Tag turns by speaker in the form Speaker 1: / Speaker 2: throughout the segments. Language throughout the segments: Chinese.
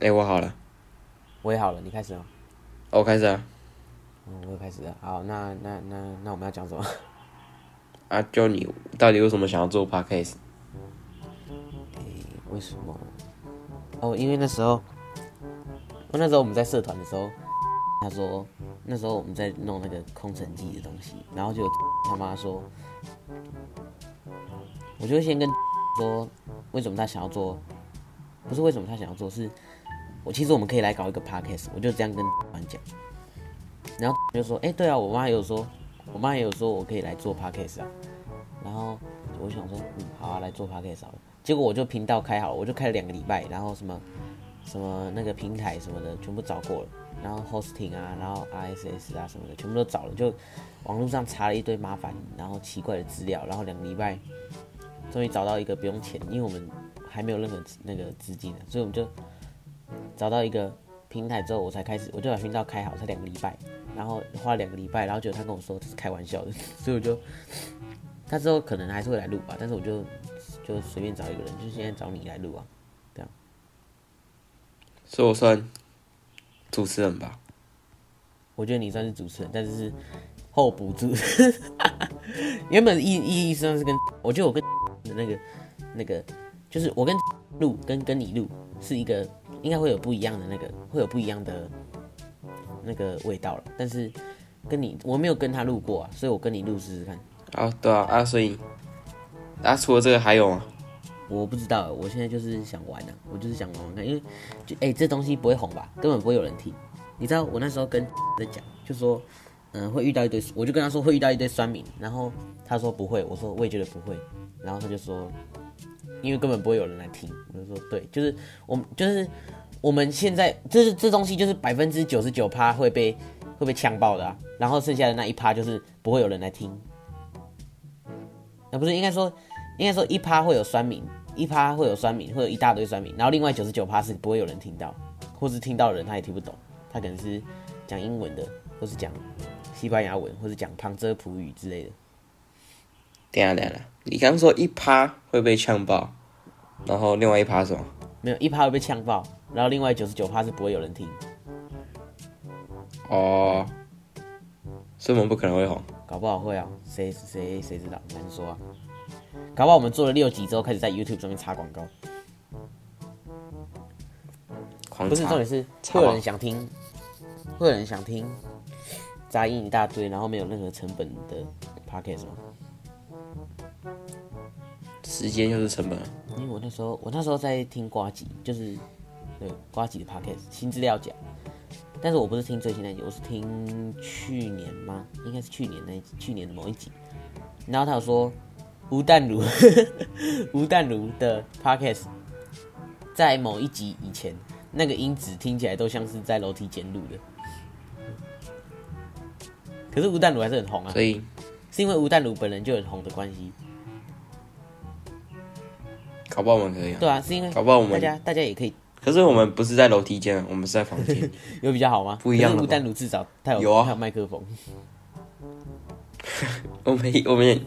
Speaker 1: 哎、我好了，
Speaker 2: 我也好了，你开始了。
Speaker 1: 我开始啊
Speaker 2: 嗯，我也开始了。好，那那那那我们要讲什么？
Speaker 1: 啊！就你到底为什么想要做 podcast？
Speaker 2: 哎为什么？哦，因为那时候，哦那时候我们在社团的时候，他说那时候我们在弄那个空城计的东西，然后就有 他妈说，我就先跟 说为什么他想要做，不是为什么他想要做，是我其实我们可以来搞一个 podcast，我就这样跟 团讲，然后 就说，哎、对啊，我妈也有说，我妈也有说我可以来做 podcast 啊，然后我就想说，嗯，好啊，来做 podcast 好了。结果我就频道开好了，我就开了两个礼拜，然后什么什么那个平台什么的全部找过了，然后 hosting 啊，然后 RSS 啊什么的全部都找了，就网络上查了一堆麻烦然后奇怪的资料，然后两个礼拜终于找到一个不用钱，因为我们还没有任何资那个资金啊，所以我们就找到一个平台之后，我才开始我就把频道开好，才两个礼拜，然后花了两个礼拜，然后结果他跟我说这是开玩笑的，所以我就他之后可能还是会来录吧，但是我就就随便找一个人，就现在找你来录啊。
Speaker 1: 所以我算主持人吧？
Speaker 2: 我觉得你算是主持人，但是是候补助。 原本意意义上是跟，我觉得我跟的那个那个，就是我跟录跟跟你录是一个，应该会有不一样的那个，会有不一样的那个味道了。但是跟你我没有跟他录过啊，所以我跟你录试试看。
Speaker 1: 啊，对啊，啊，所以啊，除了这个还有吗？
Speaker 2: 我不知道，我现在就是想玩啊，我就是想玩玩看，因为就哎、这东西不会红吧，根本不会有人听。你知道我那时候跟在讲，就说嗯、会遇到一堆，我就跟他说会遇到一堆酸民，然后他说不会，我说我也觉得不会，然后他就说因为根本不会有人来听，我就说对，就是我们就是我们现在这是这东西就是百分之九十九趴会被会被呛爆的、啊，然后剩下的那一趴就是不会有人来听，那不是应该说应该说一趴会有酸民，一趴会有酸民，会有一大堆酸民，然后另外九十九趴是不会有人听到，或是听到的人他也听不懂，他可能是讲英文的，或是讲西班牙文，或是讲旁遮普语之类的。
Speaker 1: 等一下，等一下，你刚说一趴会被呛爆，然后另外一趴是什么？
Speaker 2: 没有一趴会被呛爆，然后另外九十九趴是不会有人听，
Speaker 1: 哦，所以我们不可能会红。
Speaker 2: 搞不好会啊，谁谁谁知道，难说啊。搞不好我们做了六集之后，开始在 YouTube 上面插广告，
Speaker 1: 狂
Speaker 2: 不是
Speaker 1: 插
Speaker 2: 重点是
Speaker 1: 插
Speaker 2: 会有
Speaker 1: 吗
Speaker 2: 人想听，会有人想听杂音一大堆，然后没有任何成本的 Podcast 吗？
Speaker 1: 时间就是成本啊。
Speaker 2: 因为我那时候我那时候在听瓜吉，就是对瓜吉的 podcast 新资料夹，但是我不是听最新那一集，我是听去年吗？应该是去年那一集，去年的某一集。然后他有说吴淡如 吴淡如的 podcast 在某一集以前，那个音质听起来都像是在楼梯间录的。可是吴淡如还是很红啊，
Speaker 1: 所以
Speaker 2: 是因为吴淡如本人就很红的关系。
Speaker 1: 搞不好我们可以啊。
Speaker 2: 对啊，是因为
Speaker 1: 搞不好我
Speaker 2: 大
Speaker 1: 们
Speaker 2: 家大家也可以
Speaker 1: 可是我们不是在楼梯间啊，我们是在房 间。
Speaker 2: 有比较好吗？
Speaker 1: 不一样了吧
Speaker 2: 可是吴淡如至少他有
Speaker 1: 有啊
Speaker 2: 他有麦克风，
Speaker 1: 我们我们也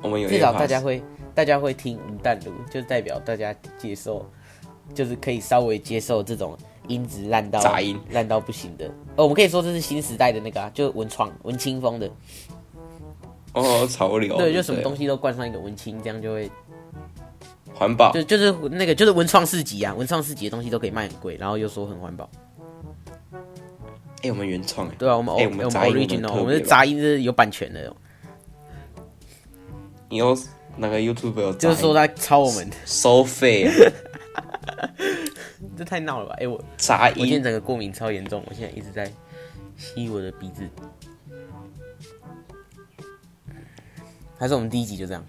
Speaker 1: 我们有
Speaker 2: 至少大家
Speaker 1: AirPods
Speaker 2: 会大家会听吴淡如，就代表大家接受，就是可以稍微接受这种音质烂到
Speaker 1: 杂音
Speaker 2: 烂到不行的。哦，我们可以说这是新时代的那个啊，就文创文青风的，
Speaker 1: 哦，潮流
Speaker 2: 对，就什么东
Speaker 1: 西
Speaker 2: 西都冠上一个文青，这样就会
Speaker 1: 环保
Speaker 2: 就就是那个就是文创市集啊，文创市集的东西都可以卖很贵，然后又说很环保。
Speaker 1: 哎、我们原创哎、
Speaker 2: 对啊，我们 o
Speaker 1: 哎我
Speaker 2: 我
Speaker 1: 们
Speaker 2: 们
Speaker 1: 杂音我们
Speaker 2: original，
Speaker 1: 特别
Speaker 2: 我们的
Speaker 1: 吧
Speaker 2: 杂音是有版权的哦，
Speaker 1: 你又那个 YouTube 有
Speaker 2: 就是说
Speaker 1: 杂
Speaker 2: 他抄我们，
Speaker 1: 音收费、啊、
Speaker 2: 这太闹了吧？哎、我
Speaker 1: 杂
Speaker 2: 我今天
Speaker 1: 音，
Speaker 2: 整个过敏超严重，我现在一直在吸我的鼻子。还是我们第一集就这样？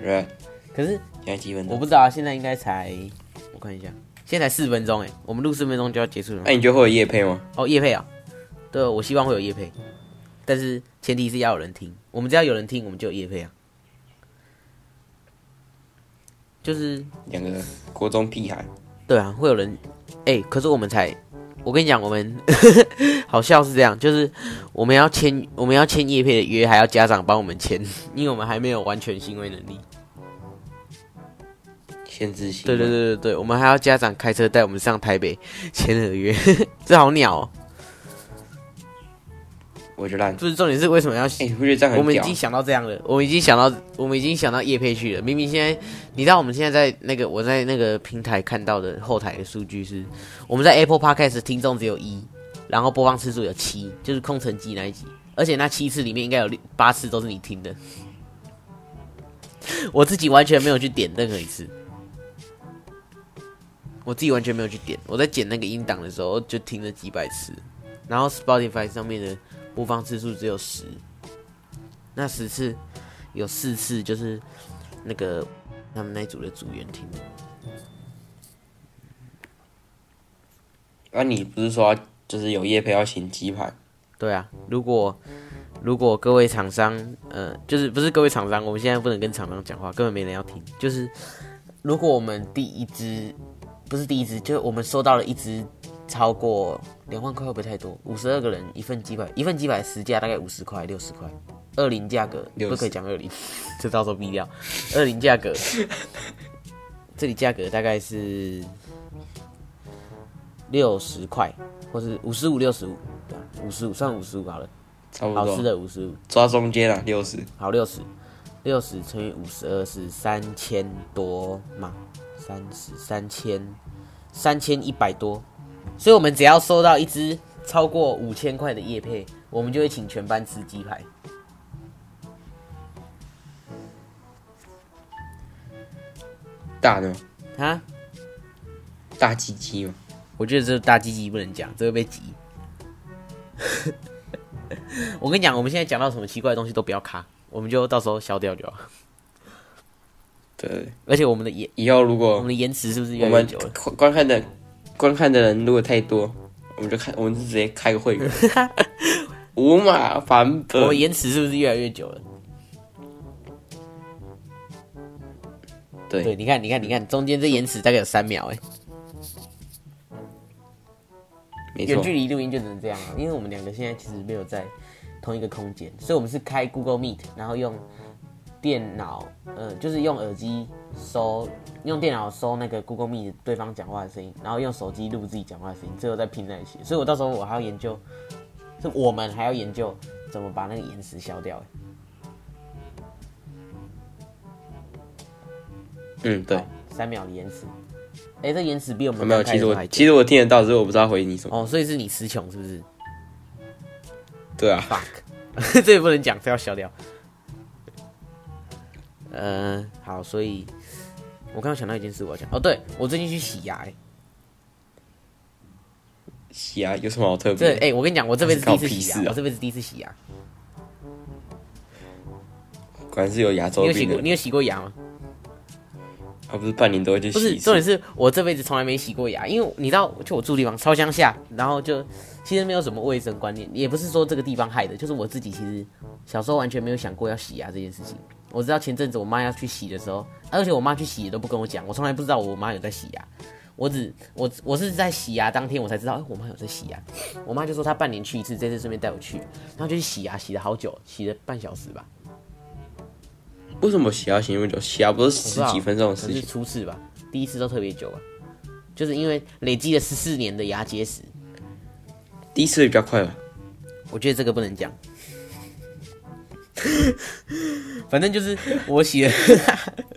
Speaker 1: 对，
Speaker 2: 可是
Speaker 1: 现在几分
Speaker 2: 我
Speaker 1: 钟？
Speaker 2: 不知道啊，现在应该才我看一下，现在才四分钟哎，我们录四分钟就要结束了吗
Speaker 1: 哎、。你觉得会有夜配吗？
Speaker 2: 哦，叶配啊，对，我希望会有叶配，但是前提是要有人听。我们只要有人听，我们就有叶配啊。就是
Speaker 1: 两个国中屁孩，
Speaker 2: 对啊，会有人哎、可是我们才，我跟你讲，我们好笑是这样，就是我们要签我们要签叶配的约，还要家长帮我们签，因为我们还没有完全行为能力。
Speaker 1: 限制性。
Speaker 2: 对对，对对对，我们还要家长开车带我们上台北签合约，这好鸟哦！
Speaker 1: 我就烂。
Speaker 2: 不是重点是为什么要？
Speaker 1: 哎、你不觉得这样
Speaker 2: 我
Speaker 1: 很
Speaker 2: 们已
Speaker 1: 屌？
Speaker 2: 经想到这样了，我们已经想到，我们已经想到叶配去了。明明现在，你知道我们现在在那个我在那个平台看到的后台的数据是，我们在 Apple Podcast 听众只有一，然后播放次数有七，就是空城计那一集，而且那七次里面应该有六八次都是你听的，我自己完全没有去点任何一次。我自己完全没有去点，我在剪那个音档的时候就听了几百次，然后 Spotify 上面的播放次数只有十，那十次有四次就是那个他们那一组的组员听的，
Speaker 1: 那、啊你不是说要就是有夜配要行鸡盘？
Speaker 2: 对啊，如果如果各位厂商，呃，就是不是各位厂商，我们现在不能跟厂商讲话，根本没人要听。就是如果我们第一支不是第一支，就是我们收到了一支超过两万块，会不会太多？五十二个人一份鸡排，一份鸡排实价大概五十块、六十块，二零价格
Speaker 1: 60
Speaker 2: 不可以讲二零， 这到时候毙掉。二零价格，这里价格大概是六十块，或是五十五、六十五，啊五十五算五十五好了。
Speaker 1: 差不
Speaker 2: 好吃
Speaker 1: 多，
Speaker 2: 的五十五，
Speaker 1: 抓中间了六十。
Speaker 2: 好六十，六十乘以五十二是三千多嘛？三十三千，三千一百多。所以我们只要收到一只超过五千块的叶配，我们就会请全班吃鸡排。
Speaker 1: 大的吗？
Speaker 2: 哈，
Speaker 1: 大鸡鸡嘛，
Speaker 2: 我觉得这大鸡鸡不能讲，这会被挤。 我跟你讲，我们现在讲到什么奇怪的东西都不要卡，我们就到时候消掉就好。
Speaker 1: 对，
Speaker 2: 而且我们的延，
Speaker 1: 以后如
Speaker 2: 我
Speaker 1: 果
Speaker 2: 们的延迟是不是越
Speaker 1: 我
Speaker 2: 来越
Speaker 1: 们
Speaker 2: 久了？
Speaker 1: 观观看的观看的人如果太多，我们就开，我们就直接开个会 员，五马版
Speaker 2: 我
Speaker 1: 本
Speaker 2: 们，延迟是不是越来越久了？对，
Speaker 1: 对，
Speaker 2: 你看，你看，你看，中间这延迟大概有三秒，哎，
Speaker 1: 没
Speaker 2: 远
Speaker 1: 错，
Speaker 2: 距离录音就只能这样了，因为我们两个现在其实没有在同一个空间，所以我们是开 Google Meet，然后用电脑，呃，就是用耳机收，用电脑收那个 Google Meet 对方讲话的声音，然后用手机录自己讲话的声音，最后再拼在一起。所以我到时候我还要研究，是我们还要研究怎么把那个延迟消掉，哎，
Speaker 1: 嗯，对
Speaker 2: 好。三秒的延迟，哎、这延迟比我们
Speaker 1: 没有，
Speaker 2: 刚开
Speaker 1: 其实
Speaker 2: 始
Speaker 1: 我
Speaker 2: 还久
Speaker 1: 其实我听得到，只是我不知道回你什么。
Speaker 2: 哦，所以是你词穷是不是？
Speaker 1: 对啊，
Speaker 2: fuck，这也不能讲，这要消掉。呃，好，所以我刚刚想到一件事，我要讲哦，对我最近去洗牙、欸，
Speaker 1: 洗牙有什么好特
Speaker 2: 这
Speaker 1: 别？
Speaker 2: 哎、欸我跟你讲，我这辈子第一次洗
Speaker 1: 搞屁
Speaker 2: 牙，
Speaker 1: 事啊
Speaker 2: 我这辈子第一次洗牙。
Speaker 1: 果然是有牙周
Speaker 2: 你有洗
Speaker 1: 病
Speaker 2: 过？
Speaker 1: 的，
Speaker 2: 你有洗过牙吗？
Speaker 1: 他不是半年多就
Speaker 2: 不
Speaker 1: 洗
Speaker 2: 是，
Speaker 1: 一
Speaker 2: 重
Speaker 1: 次
Speaker 2: 点。是我这辈子从来没洗过牙，因为你知道，就我住地方超乡下，然后就其实没有什么卫生观念，也不是说这个地方害的，就是我自己其实小时候完全没有想过要洗牙这件事情。我知道前阵子我妈要去洗的时候，而且我妈去洗也都不跟我讲，我从来不知道我妈有在洗牙。我只我我是在洗牙当天我才知道，哎、我妈有在洗牙。我妈就说她半年去一次，这次顺便带我去，然后就去洗牙，洗了好久，洗了半小时吧。
Speaker 1: 为什么洗牙洗那么久？洗牙不是十几分钟的
Speaker 2: 可
Speaker 1: 事
Speaker 2: 能是
Speaker 1: 情？
Speaker 2: 初次吧，第一次都特别久吧，啊就是因为累积了十四年的牙结石，
Speaker 1: 第一次比较快吧？
Speaker 2: 我觉得这个不能讲。 反正就是我洗了，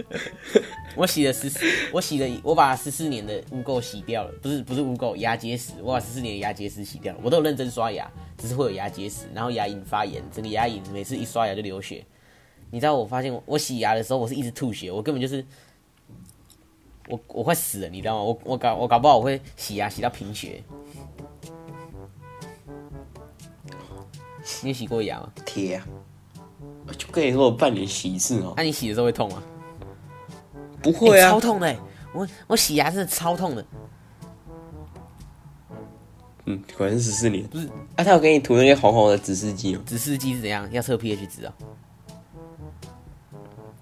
Speaker 2: 我洗了十四，我洗了，我把十四年的污垢洗掉了，不是不是污垢，牙结石，我把十四年的牙结石洗掉了，我都有认真刷牙，只是会有牙结石，然后牙龈发炎，整个牙龈每次一刷牙就流血。你知道我发现我我洗牙的时候，我是一直吐血，我根本就是我我快死了，你知道吗？我我搞我搞不好我会洗牙洗到贫血。你有洗过牙吗？
Speaker 1: 铁啊！我就跟你说，我半年洗一次哦
Speaker 2: 啊那、。你洗的时候会痛吗？
Speaker 1: 不会
Speaker 2: 欸
Speaker 1: 啊
Speaker 2: 哎超，痛的欸、我我洗牙真的超痛的，
Speaker 1: 嗯，果然是十四年。不是啊，他有给你涂那些红红的指示剂吗？
Speaker 2: 指示剂是怎样？要测 pH 值啊？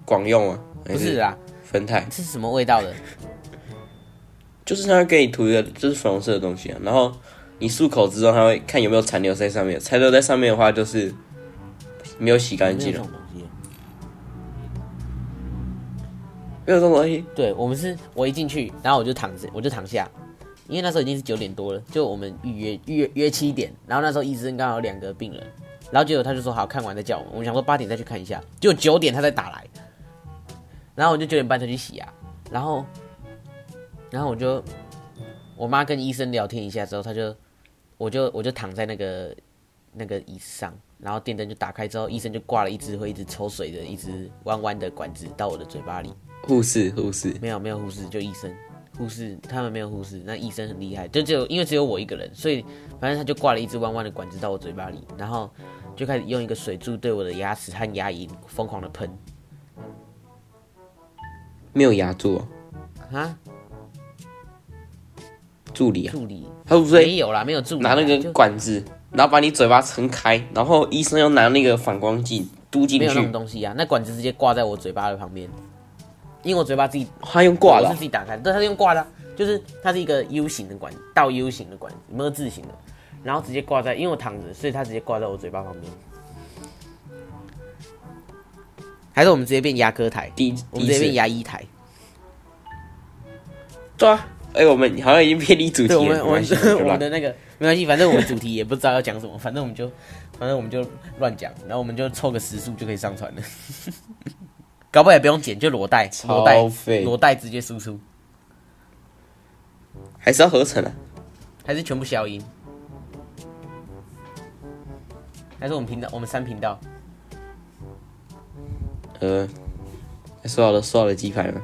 Speaker 1: 广用啊？
Speaker 2: 不
Speaker 1: 不
Speaker 2: 是，啊，
Speaker 1: 酚酞
Speaker 2: 这是什么味道的？
Speaker 1: 就是他会给你涂一个就是粉红色的东西啊，然后你漱口之后，他会看有没有残留在上面，残留在上面的话就是没有洗干
Speaker 2: 没有
Speaker 1: 净啊
Speaker 2: 这
Speaker 1: 了
Speaker 2: 种。东西。
Speaker 1: 没有这种东西。
Speaker 2: 对我们是，我一进去，然后我就躺着，我就躺下，因为那时候已经是九点多了，就我们预约预约约七点，然后那时候医生刚好有两个病人，然后结果他就说好看完再叫我们，我们想说八点再去看一下，结果九点他再打来，然后我就九点半才去洗牙，然后，然后我就我妈跟医生聊天一下之后，他就我就我就躺在那个那个椅子上，然后电灯就打开之后，医生就挂了一支会一直抽水的一支弯弯的管子到我的嘴巴里。
Speaker 1: 护士，护士，
Speaker 2: 没有没有护士，就医生。护士他们没有护士，那医生很厉害，就只有因为只有我一个人，所以反正他就挂了一支弯弯的管子到我嘴巴里，然后就开始用一个水柱对我的牙齿和牙龈疯狂的喷
Speaker 1: 没有牙助哦，
Speaker 2: 啊，
Speaker 1: 助理啊，
Speaker 2: 助理
Speaker 1: 他不是
Speaker 2: 没有啦，没有助理啦，
Speaker 1: 拿那
Speaker 2: 就
Speaker 1: 个管子，然后把你嘴巴撑开，然后医生又拿那个反光镜嘟进
Speaker 2: 没有那种
Speaker 1: 去，
Speaker 2: 东西啊，那管子直接挂在我嘴巴的旁边，因为我嘴巴自己
Speaker 1: 他用挂
Speaker 2: 我
Speaker 1: 的
Speaker 2: 是
Speaker 1: 啊
Speaker 2: 自，己打开的，对，它是用挂的啊、就是它是一个 U 型的管，倒 U 型的管，么字形的，然后直接挂在，因为我躺着，所以它直接挂在我嘴巴旁边。还是我们直接变牙科台，
Speaker 1: 第一
Speaker 2: 我
Speaker 1: 第一
Speaker 2: 们直接变
Speaker 1: 次，
Speaker 2: 牙医台。
Speaker 1: 对啊，哎，我们好像已经偏离主题
Speaker 2: 对，我们
Speaker 1: 了，
Speaker 2: 我们我
Speaker 1: 的
Speaker 2: 们的那个没关系，反正我们主题也不知道要讲什么，反正我们就反正我们就乱讲，然后我们就凑个时速就可以上传了， 搞不好也不用剪，就裸带裸带
Speaker 1: 超废，
Speaker 2: 裸带直接输出，
Speaker 1: 还是要合成啊，
Speaker 2: 还是全部消音？还是我们频道，我们三频道？
Speaker 1: 呃，说好了说好了鸡排吗？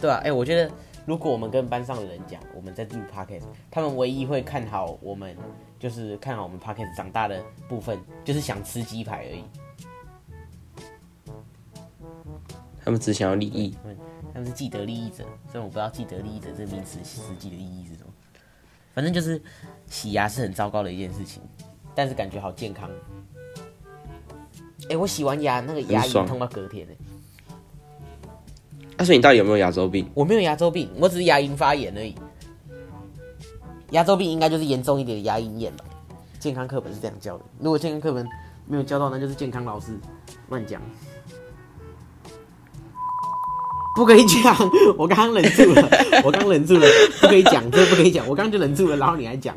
Speaker 2: 对啊，哎、我觉得如果我们跟班上的人讲我们在录 podcast，他们唯一会看好我们，就是看好我们 podcast 长大的部分，就是想吃鸡排而已。
Speaker 1: 他们只想要利益，
Speaker 2: 他们是既得利益者，虽然我不知道既得利益者这个名词实际的意义是什么。反正就是洗牙是很糟糕的一件事情，但是感觉好健康。哎、我洗完牙，那个牙
Speaker 1: 很
Speaker 2: 龈
Speaker 1: 爽
Speaker 2: 痛到隔天呢、欸
Speaker 1: 啊那、所以你到底有没有牙周病？
Speaker 2: 我没有牙周病，我只是牙龈发炎而已。牙周病应该就是严重一点的牙龈炎吧？健康课本是这样教的，如果健康课本没有教到，那就是健康老师乱讲。不可以讲，我刚刚忍住了，我刚忍住了，不可以讲，这不可以讲，我刚刚就忍住了，然后你还讲，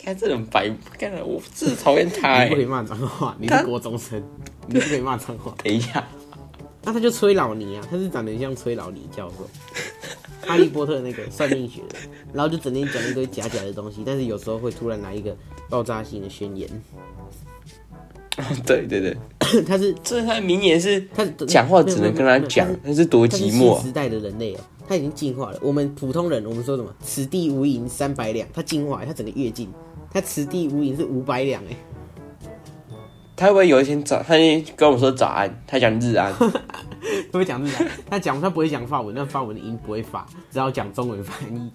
Speaker 1: 看这人白，看我真的讨厌他、
Speaker 2: 你不可以
Speaker 1: 欸。
Speaker 2: 骂脏话，你是国中生，你不可以骂脏话。
Speaker 1: 等一下，
Speaker 2: 那他就崔老尼啊，他是长得很像崔老尼教 授，哈利波特那个算命学的，然后就整天讲一堆假假的东西，但是有时候会突然来一个爆炸性的宣言。
Speaker 1: 对对对，
Speaker 2: 他是
Speaker 1: 这他的名言是
Speaker 2: 他
Speaker 1: 讲话只能跟他讲，那是多
Speaker 2: 他是
Speaker 1: 寂
Speaker 2: 新
Speaker 1: 寞啊
Speaker 2: 时代的人类哦、他已经进化了。我们普通人，我们说什么“此地无银三百两”，哎他进化了，他整个跃进，他“此地无银”是五百两哎、
Speaker 1: 他会不会有一天早，他就跟我说早安，他讲日安，
Speaker 2: 他会讲日语，他讲他不会讲法文，那法文的音不会发，只好讲中文翻译。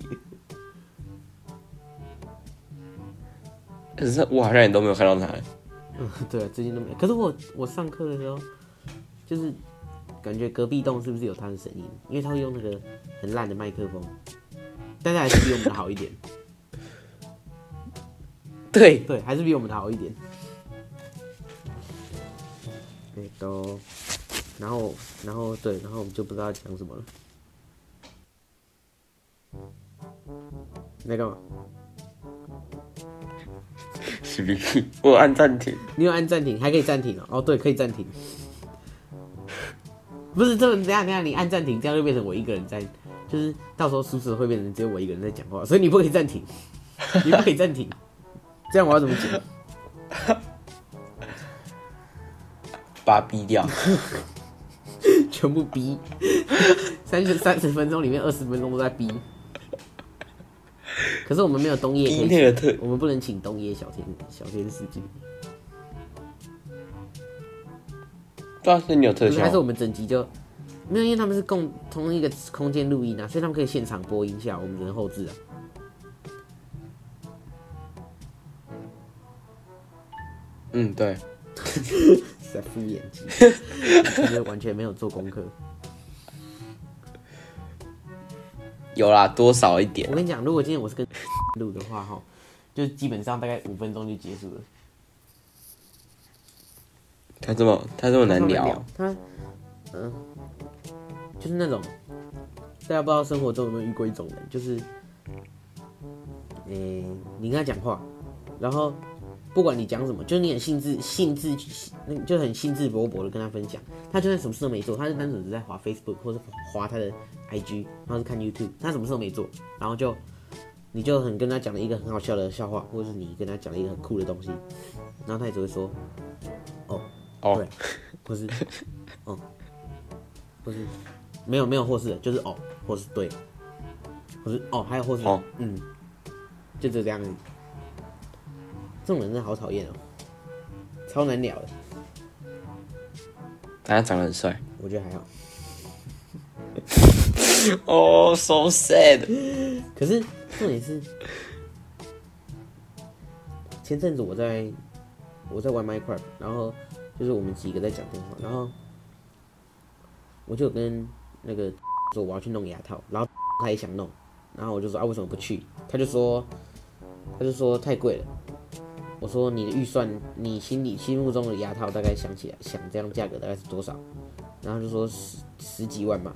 Speaker 1: 可是我好像也都没有看到他。
Speaker 2: 对啊，最近都没有。可是我我上课的时候，就是感觉隔壁栋是不是有他的声音？因为他会用那个很烂的麦克风，但是还是比我们的好一点。
Speaker 1: 对，
Speaker 2: 对，还是比我们的好一点。那都，然后然后对，然后我们就不知道讲什么了。你在干嘛？
Speaker 1: 是不是？我按暂停。
Speaker 2: 你有按暂停，还可以暂停哦。哦，对，可以暂停。不是这等一下等一下，你按暂停，这样就变成我一个人在，就是到时候宿舍会变成只有我一个人在讲话，所以你不可以 暂停，你不可以暂停，这样我要怎么剪？
Speaker 1: 把它逼掉，
Speaker 2: 全部逼，三十三十分钟里面二十分钟都在逼。可是我们没有冬夜可
Speaker 1: 逼
Speaker 2: 以
Speaker 1: 那
Speaker 2: 请，
Speaker 1: 个特，
Speaker 2: 我们不能请冬夜小天小天使进，
Speaker 1: 对啊，是你有特
Speaker 2: 不是
Speaker 1: 效
Speaker 2: 还是我们整集就没有，因为他们是共同一个空间录音啊，所以他们可以现场播音效，我们只能后置啊。
Speaker 1: 嗯，对，
Speaker 2: 是在敷衍机， 因为完全没有做功课。
Speaker 1: 有啦，多少一点
Speaker 2: 我。跟你讲，如果今天我是跟 录的话，哈，就基本上大概五分钟就结束了。
Speaker 1: 他这么他这么难聊，
Speaker 2: 他嗯，就是那种大家不知道生活中有没有遇过一种人，就是，诶、你跟他讲话，然后不管你讲什么，就是你很兴致兴致，那就很兴致勃勃的跟他分享，他就算什么事都没做，他就单纯只在滑 Facebook 或是滑他的 IG，然后是看 YouTube，他什么事都没做，然后就。你就很跟他讲了一个很好笑的笑话，或者是你跟他讲了一个很酷的东西，然后他也只会说，哦，
Speaker 1: 哦
Speaker 2: 对，或是，哦，或是，没有没有或是的，就是哦，或是对，或是哦，还有或是，
Speaker 1: 哦
Speaker 2: 嗯，就这样子。这种人真的好讨厌哦，超难聊的，
Speaker 1: 但他长得很帅。
Speaker 2: 我觉得还好。
Speaker 1: 哦、s o sad。
Speaker 2: 可是重点是，前阵子我在我在玩 Minecraft，然后就是我们几个在讲电话，然后我就有跟那个说我要去弄牙套，然后他也想弄，然后我就说啊为什么不去？他就说他就说太贵了。我说你的预算，你心里心目中的牙套大概想起来想这样价格大概是多少？然后他就说十十几万吧。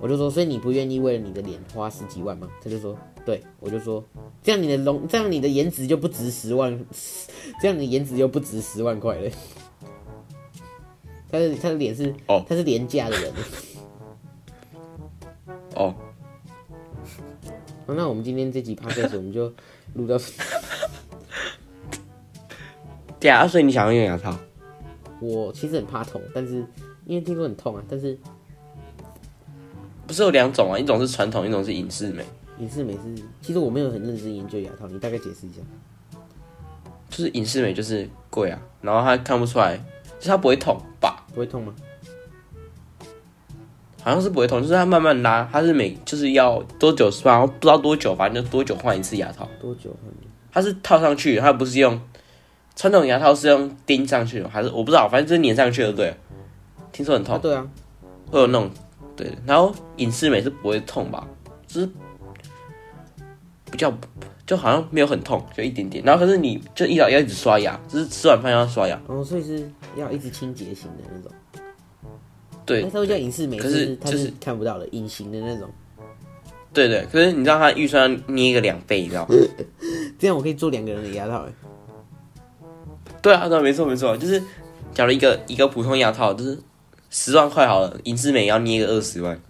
Speaker 2: 我就说，所以你不愿意为了你的脸花十几万吗？他就说，对，我就说，这样你的容，这样你的颜值就不值十万， 这样你的颜值就不值十万块了。他的他的脸是，
Speaker 1: 哦
Speaker 2: 他是廉价的人。
Speaker 1: 哦，
Speaker 2: 好那我们今天这集 podcast 我们就录到，
Speaker 1: 对啊，所以你想要用牙套？
Speaker 2: 我其实很怕痛，但是因为听说很痛啊，但是
Speaker 1: 不是有两种啊，一种是传统，一种是影视美。
Speaker 2: 也是没事。其实我没有很认真研究牙套，你大概解释一下。
Speaker 1: 就是影视美就是贵啊，然后它看不出来，就是它不会痛吧？
Speaker 2: 不会痛吗？
Speaker 1: 好像是不会痛，就是它慢慢拉，它是每就是要多久是吧？然后不知道多久，反正就多久换一次牙套。
Speaker 2: 多久换？
Speaker 1: 它是套上去，它不是用传统牙套是用钉上去的，还是我不知道，反正就是粘上去的，对了。听说很
Speaker 2: 啊，
Speaker 1: 痛，
Speaker 2: 对啊，
Speaker 1: 会有那种对，然后隐适美是不会痛吧？就是比较就好像没有很痛，就一点点。然后可是你就一早要一直刷牙，就是吃完饭要刷牙，
Speaker 2: 哦，所以是要一直清洁型的那种。
Speaker 1: 对
Speaker 2: 那它会叫隐视美，
Speaker 1: 可
Speaker 2: 就是它
Speaker 1: 就是
Speaker 2: 是看不到的，隐形的那种。
Speaker 1: 对对。可是你知道它预算捏个两倍，你知道吗？
Speaker 2: 嗯这样我可以做两个人的牙套，哎，
Speaker 1: 对啊，对啊，没错没错，就是假如一个一个普通牙套就是十万块好了，隐适美也要捏个二十万。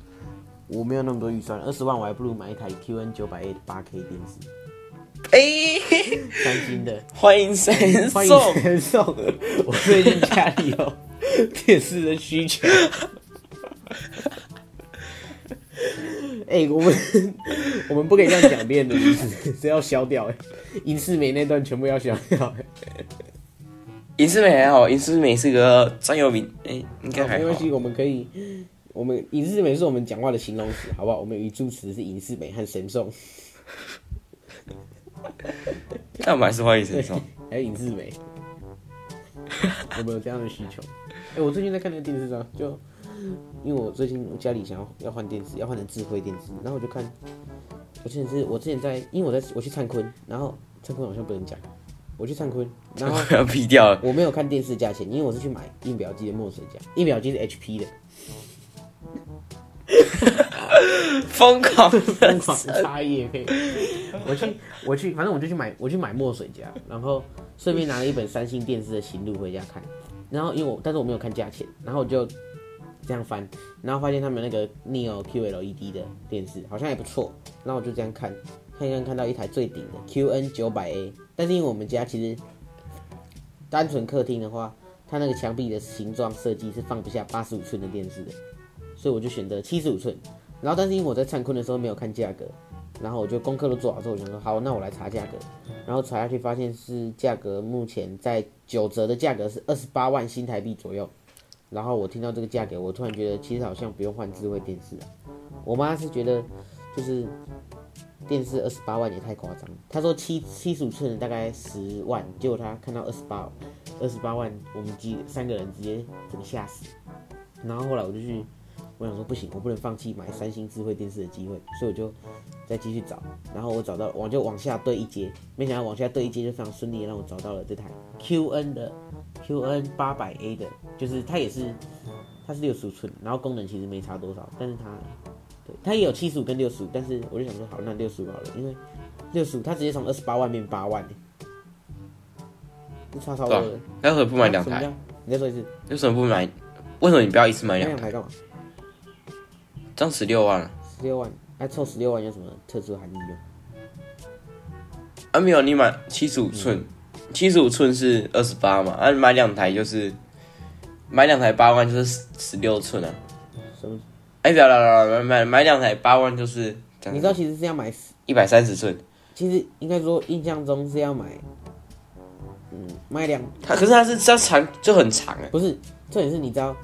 Speaker 2: 我没有那么多预算，二十万我还不如买一台 QN 九百 A 八 K 电视，
Speaker 1: 哎、
Speaker 2: 三星的。
Speaker 1: 欢迎神
Speaker 2: 欢
Speaker 1: 送
Speaker 2: 迎。神送，我最近家里 有电视的需求。哎、我 们我们不可以这样讲别人的名字，这要消掉、哎，银世美那段全部要消掉、哎
Speaker 1: 银丝美还好，银丝美是个专有名，哎、应该还
Speaker 2: 啊没
Speaker 1: 好
Speaker 2: 关。系，我们可以，我们影视美是我们讲话的形容词，好不好？我们语助词是影视美和神送，
Speaker 1: 但我们还是欢迎神送。
Speaker 2: 还有影视哎美，我们有这样的需求。哎、我最近在看那个电视上，就因为我最近我家里想要要换电视，要换成智慧电视，然后我就看，我之前是我之前在，因为我在我去灿坤，然后灿坤好像不能讲，我去灿坤，然后
Speaker 1: 我要 P 掉了。
Speaker 2: 我没有看电视价钱，因为我是去买印表机的墨水夹，印表机是 HP 的，
Speaker 1: 疯狂
Speaker 2: 疯
Speaker 1: 的
Speaker 2: 狂插叶配。 我去，我去，反正我就去买，我去买墨水夹，然后顺便拿了一本三星电视的《行路》回家看。然后因为我，但是我没有看价钱，然后我就这样翻，然后发现他们那个 Neo QLED 的电视好像也不错，然后我就这样看，看一看看到一台最顶的 QN 九百 A，但是因为我们家其实单纯客厅的话，它那个墙壁的形状设计是放不下八十五寸的电视的，所以我就选择七十五寸。然后但是因为我在灿坤的时候没有看价格，然后我就功课都做好之后，我想说好，那我来查价格，然后查下去发现是价格目前在九折的价格是二十八万新台币左右。然后我听到这个价格，我突然觉得其实好像不用换智慧电视了。啊我妈是觉得就是电视二十八万也太夸张了，她说七七十五寸的大概十万，结果她看到二十八二十八万，我们几三个人直接整个吓死。然后后来我就去，我想说不行，我不能放弃买三星智慧电视的机会，所以我就再继续找。然后我找到，我就往下对一阶，没想到往下对一阶就非常顺利，让我找到了这台 QN 的 QN 八百 A 的，就是它也是它它是六十五寸，然后功能其实没差多少，但是它对它也有七十五跟六十五，但是我就想说好，那六十五好了，因为六十五它直接从二十八万变八万、欸，这差超多
Speaker 1: 对啊
Speaker 2: 了。
Speaker 1: 那为什么不买两
Speaker 2: 什么
Speaker 1: 台？
Speaker 2: 叫？你再说一次，
Speaker 1: 为什么不买？为什么你不要一次买
Speaker 2: 买
Speaker 1: 两
Speaker 2: 两
Speaker 1: 台？
Speaker 2: 台干嘛？
Speaker 1: 这样十六万啊
Speaker 2: 十六万，哎、凑十六万有什么特殊含义吗？
Speaker 1: 啊！没有，你买七十五
Speaker 2: 嗯
Speaker 1: 寸，七十五寸是二十八嘛，啊，你买两台就是买两台八万就是十六寸啊。
Speaker 2: 什么？
Speaker 1: 哎，不要不要不要不要，买买两台八万就是，
Speaker 2: 你知道其实是要买十，
Speaker 1: 一百三十寸，
Speaker 2: 其实应该说印象中是要买，嗯，买两
Speaker 1: 它可是它是它长就很长哎、
Speaker 2: 不是，重点是你知道，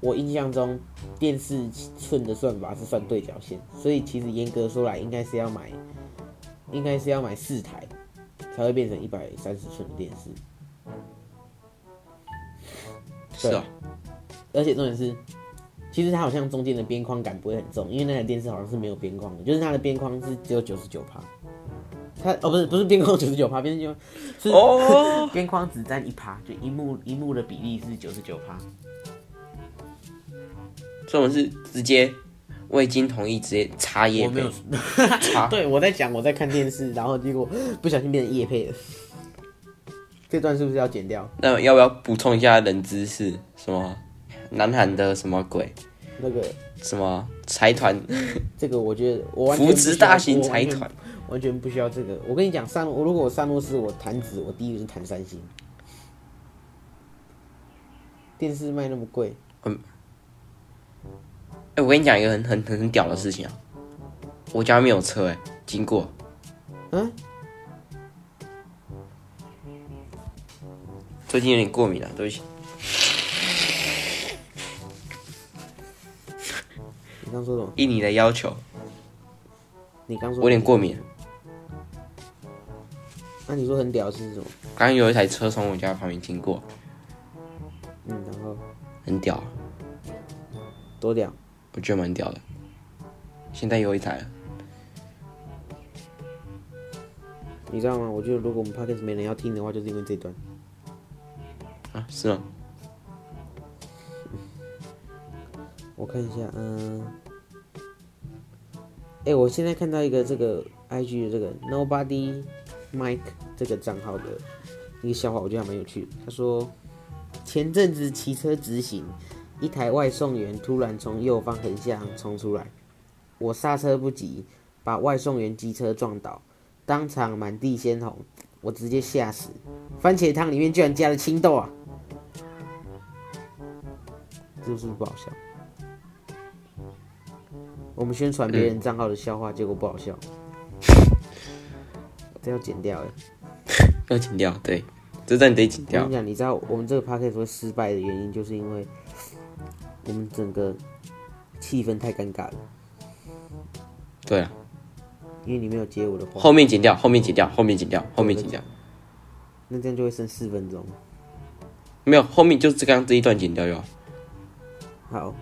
Speaker 2: 我印象中电视寸的算法是算对角线，所以其实严格说来，应该是要买，应该是要买四台，才会变成一百三十寸的电视。
Speaker 1: 是啊，
Speaker 2: 而且重点是，其实它好像中间的边框感不会很重，因为那台电视好像是没有边框的，就是它的边框是只有九十九趴。它哦不是不是边框九十九趴，边框是
Speaker 1: 哦
Speaker 2: 边框只占一趴，就一幕一幕的比例是九十九趴。
Speaker 1: 所以我们是直接未经同意直接插叶
Speaker 2: 我没
Speaker 1: 配
Speaker 2: 有， 对我在讲我在看电视，然后结果不小心变成夜配了。这段是不是要剪掉？
Speaker 1: 那要不要补充一下冷知识？什么南韩的什么鬼？
Speaker 2: 那个
Speaker 1: 什么财团
Speaker 2: 这个，我觉得我完全
Speaker 1: 扶
Speaker 2: 不需
Speaker 1: 植
Speaker 2: 要
Speaker 1: 大型
Speaker 2: 我完
Speaker 1: 财
Speaker 2: 全
Speaker 1: 团？
Speaker 2: 完全不需要这个。我跟你讲，上我如果我上路是我弹指，我第一个是弹三星。电视卖那么贵，
Speaker 1: 哎、我跟你讲一个很很很很屌的事情啊！我家没有车哎、经过
Speaker 2: 嗯，
Speaker 1: 最近有点过敏了、对不起。
Speaker 2: 你刚说什么？
Speaker 1: 依你的要求，
Speaker 2: 你刚说
Speaker 1: 我有点过敏。
Speaker 2: 那、啊你说很屌是什么？
Speaker 1: 刚刚有一台车从我家旁边经过，
Speaker 2: 嗯，然后
Speaker 1: 很屌啊，
Speaker 2: 多屌，
Speaker 1: 我觉得蛮屌的。现在有一台了，
Speaker 2: 你知道吗？我觉得如果我们 podcast 没人要听的话，就是因为这段。
Speaker 1: 啊，是吗？
Speaker 2: 我看一下，嗯、哎、我现在看到一个这个 IG 的这个 Nobody Mike 这个账号的一个笑话，我觉得还蛮有趣的。他说，前阵子骑车直行，一台外送员突然从右方横向冲出来，我刹车不及，把外送员机车撞倒，当场满地鲜红，我直接吓死。番茄汤里面居然加了青豆啊！这是不是不好笑？我们宣传别人账号的笑话，结果不 好笑，这要剪掉哎。
Speaker 1: 要剪掉，对，这段得剪
Speaker 2: 我跟
Speaker 1: 掉
Speaker 2: 你。讲，你知道我们这个 podcast 会失败的原因，就是因为我们整个气氛太尴尬了，
Speaker 1: 对啊，
Speaker 2: 因为你没有接我的话，
Speaker 1: 后面剪掉，后面剪掉，后面剪掉，后面剪掉，
Speaker 2: 那这样就会剩四分钟。
Speaker 1: 没有，后面就这刚刚这一段剪掉就好。
Speaker 2: 好，